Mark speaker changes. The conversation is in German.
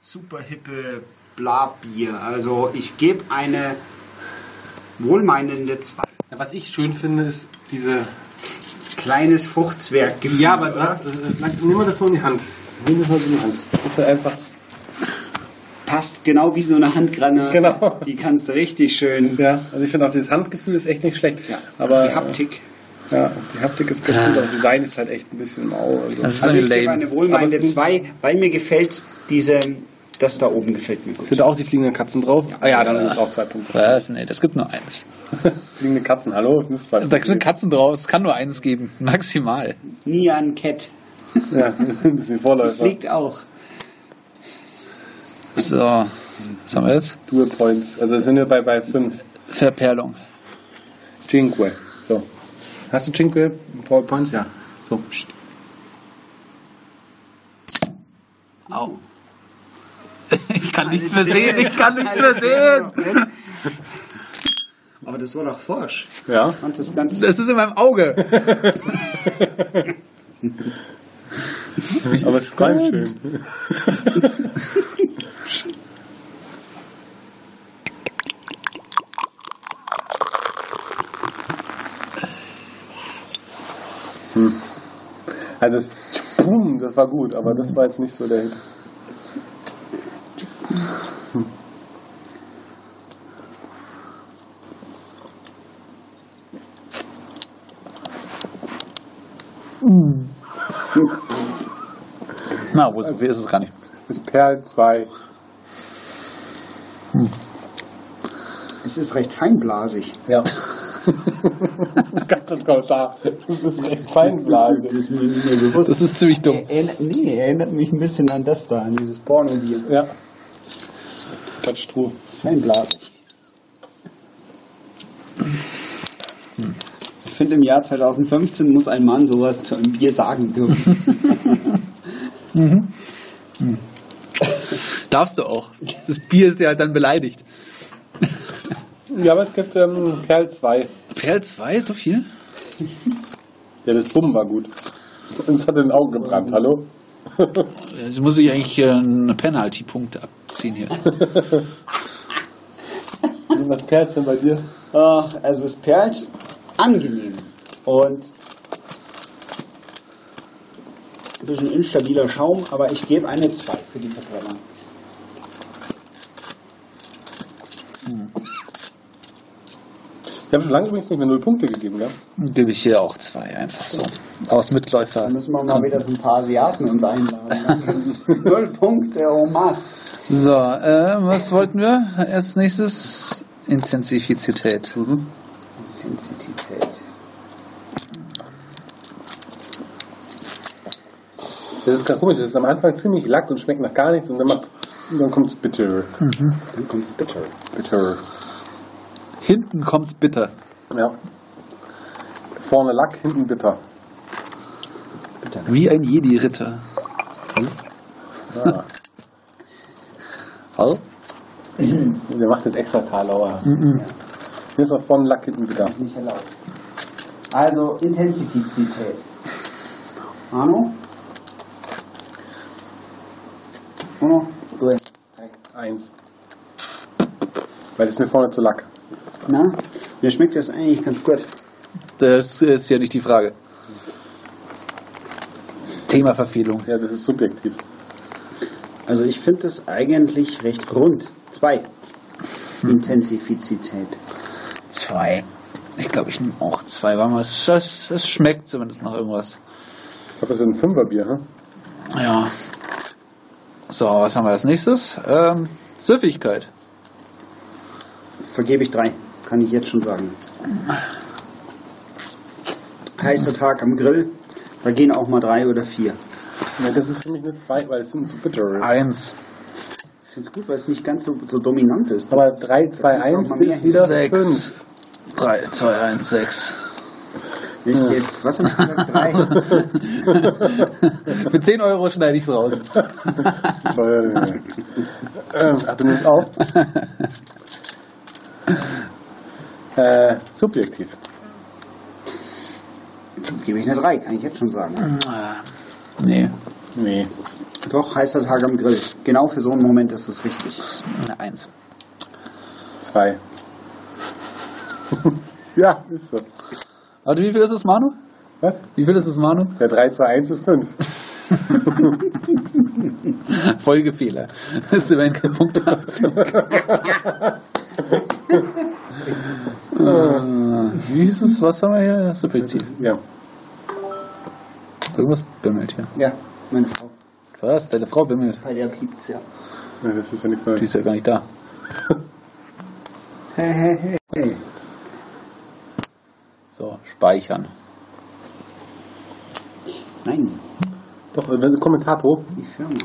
Speaker 1: super hippe Blabier. Also ich gebe eine wohlmeinende 2.
Speaker 2: Ja, was ich schön finde, ist diese.
Speaker 1: Kleines Fruchtzwerg.
Speaker 2: Ja, aber du hast, äh, lang- nimm mal das so in die Hand. Nimm das mal so in die Hand. Das ist halt einfach.
Speaker 1: passt genau wie so eine Handgranate.
Speaker 2: Genau.
Speaker 1: Die kannst du richtig schön.
Speaker 2: Ja, also ich finde auch dieses Handgefühl ist echt nicht schlecht.
Speaker 1: Ja,
Speaker 2: Aber
Speaker 1: die Haptik.
Speaker 2: Äh, ja, die Haptik ist ganz gut, aber das Design ist halt echt ein bisschen mau. Also.
Speaker 3: Das ist
Speaker 1: Also
Speaker 3: ein
Speaker 1: ich gebe
Speaker 3: Lame.
Speaker 1: eine wohlmeinende
Speaker 2: Aber es sind-
Speaker 1: 2, weil mir gefällt diese, das da oben gefällt mir gut.
Speaker 2: Sind da auch die fliegenden Katzen drauf? Ah ja, dann sind es auch zwei Punkte.
Speaker 3: Was? Nee, das gibt nur eins.
Speaker 2: Fliegende Katzen, hallo? Das ist zwei
Speaker 3: Da sind Katzen drauf, es kann nur eins geben. Maximal.
Speaker 1: Nian Cat
Speaker 2: Ja, das sind Vorläufer.
Speaker 1: fliegt auch.
Speaker 3: So, was haben wir jetzt?
Speaker 2: Dual Points. Also sind wir bei, bei fünf.
Speaker 3: Verperlung.
Speaker 2: Cinque. So. Hast du Cinque Paul Points? Ja. So. pst.
Speaker 3: Au. Ich kann nichts mehr
Speaker 1: Zähne.
Speaker 3: sehen, ich kann nichts mehr sehen.
Speaker 1: Aber das war doch forsch.
Speaker 2: Ja.
Speaker 1: Fand das ganz
Speaker 3: Das ist in meinem Auge.
Speaker 2: Aber es ist vor allem schön. Hm. Also das Boom, das war gut, aber das war jetzt nicht so der Hit.
Speaker 3: Na, wo Also, ist, wie ist es gar nicht?
Speaker 2: Das Perl 2.
Speaker 1: Es ist recht feinblasig.
Speaker 2: Ja. Ganz das Kommentar. Das ist echt Feinblase.
Speaker 1: ist mir nicht mehr bewusst.
Speaker 3: Das ist ziemlich dumm.
Speaker 1: Erinnert, nee, erinnert mich ein bisschen an das da, an dieses Porno-Bier.
Speaker 2: Ja. Quatsch, true.
Speaker 1: Feinblasig. Ich finde, im Jahr 2015 muss ein Mann sowas zu einem Bier sagen dürfen.
Speaker 3: Darfst du auch. Das Bier ist ja dann beleidigt.
Speaker 2: Ja, aber es gibt ähm, Perl 2.
Speaker 3: Perl 2, so viel?
Speaker 2: Ja, das Bumm war gut. Uns hat in den Augen gebrannt, hallo?
Speaker 3: Jetzt muss ich eigentlich äh, einen Penalty-Punkt abziehen hier.
Speaker 2: Was perlt denn bei dir?
Speaker 1: Ach, also es perlt angenehm. Und ein bisschen instabiler Schaum, aber ich gebe eine 2 für die Verbrennung.
Speaker 2: Ich habe schon lange übrigens nicht mehr null Punkte gegeben, ja?
Speaker 3: Gebe ich hier auch zwei, einfach so. Aus Mitläufer.
Speaker 1: Dann müssen wir mal wieder so ein paar Asiaten uns einladen. Null Punkte, oh Mass.
Speaker 3: So, äh, was wollten wir als nächstes? Intensifizität.
Speaker 1: Intensität.
Speaker 2: Das ist ganz komisch, das ist am Anfang ziemlich lack und schmeckt nach gar nichts und dann macht's. Und dann kommt's bitter.
Speaker 1: Dann kommt's bitter.
Speaker 2: Bitter.
Speaker 3: Hinten kommt's bitter.
Speaker 2: Ja. Vorne Lack, hinten bitter.
Speaker 3: Wie ein Jedi-Ritter.
Speaker 2: Ja.
Speaker 3: Hallo?
Speaker 2: Der macht jetzt extra Karlauer. Mhm. Hier ist auch vorne Lack, hinten bitter.
Speaker 1: Nicht erlaubt. Also Intensität. Arno? Arno? Du.
Speaker 2: Eins. Weil das ist mir vorne zu lack.
Speaker 1: Na? Mir schmeckt das eigentlich ganz gut.
Speaker 3: Das ist ja nicht die Frage. Thema Verfehlung.
Speaker 2: Ja, das ist subjektiv.
Speaker 1: Also ich finde das eigentlich recht rund. Zwei. Intensifizität.
Speaker 3: Zwei. Ich glaube, ich nehme auch zwei. Weil man- es, es, es schmeckt zumindest nach irgendwas.
Speaker 2: Ich glaube, das wird ein Fünferbier, hm?
Speaker 3: Ja. So, was haben wir als nächstes? Ähm, Süffigkeit.
Speaker 1: Vergebe ich drei, kann ich jetzt schon sagen. Heißer Tag am Grill, da gehen auch mal drei oder vier.
Speaker 2: Ja, das ist für mich eine 2, weil es sind so bitter
Speaker 3: Ah,
Speaker 2: ist.
Speaker 3: Eins.
Speaker 1: Ich finde es gut, weil es nicht ganz so, so dominant ist.
Speaker 2: Aber 3, 2,
Speaker 1: Das ist
Speaker 2: 1
Speaker 1: doch mal mehr.
Speaker 2: ist wieder
Speaker 3: sechs.
Speaker 2: 5.
Speaker 3: Drei, zwei, eins, sechs.
Speaker 1: ich gebe, was habe ich gesagt? Drei?
Speaker 3: Für 10 Euro schneide ich es raus.
Speaker 2: ähm, ach, du nimmst auf. äh, subjektiv.
Speaker 1: gebe ich eine drei, kann ich jetzt schon sagen.
Speaker 3: Nee.
Speaker 2: Nee.
Speaker 1: Doch, heißer Tag am Grill. Genau für so einen Moment ist es richtig.
Speaker 3: Eine Eins.
Speaker 2: Zwei. ja, ist so.
Speaker 3: Warte, wie viel ist es, Manu?
Speaker 2: Was?
Speaker 3: Wie viel ist es, Manu?
Speaker 2: Ja, 3, 2, 1 ist 5.
Speaker 3: Folgefehler. Das wären kein Punktabzug. äh, wie ist es? Was haben wir hier? Subjektiv.
Speaker 2: Ja.
Speaker 3: Irgendwas bimmelt hier.
Speaker 1: Ja, meine Frau.
Speaker 3: Was? Deine Frau bimmelt.
Speaker 1: Bei der piept's ja.
Speaker 2: ja, das ist ja nichts
Speaker 3: Die
Speaker 2: Neues.
Speaker 3: ist ja gar nicht da.
Speaker 1: Hey, hey, hey, hey.
Speaker 3: So, speichern.
Speaker 1: Nein,
Speaker 2: Doch, äh, Kommentator.
Speaker 1: die Firma.